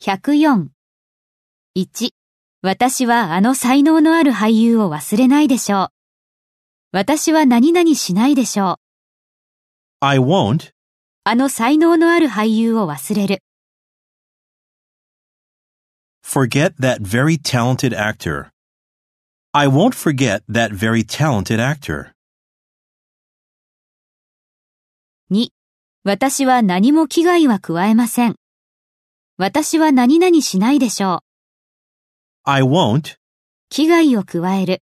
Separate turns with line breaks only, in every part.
104。1、私はあの才能のある俳優を忘れないでしょう。私は何々しないでしょう。
I won't
あの才能のある俳優を忘れる。
forget that very talented actor. I won't forget that very talented actor.
2. 私は何も危害は加えません。私は何々しないでしょう。
I won't
危害を加える。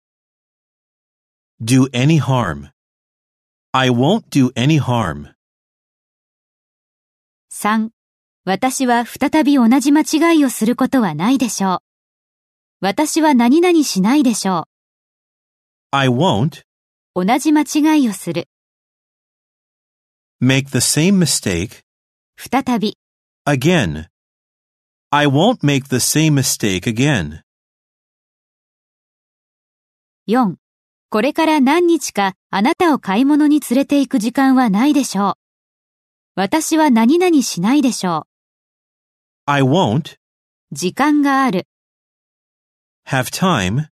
do any harm. I won't do any harm.
3. 私は再び同じ間違いをすることはないでしょう。私は何々しないでしょ
I won't
う。同じ間違いをする。
make the same mistake
再び。
again. I won't make the same mistake again.
4. これから何日かあなたを買い物に連れて行く時間はないでしょう。私は何々しないでしょ
I won't
う。時間がある。
have time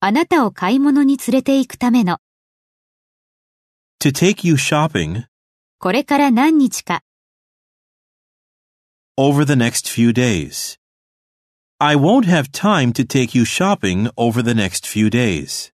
あなたを買い物に連れて行くための、
to take you shopping
これから何日か、
over the next few days. I won't have time to take you shopping over the next few days.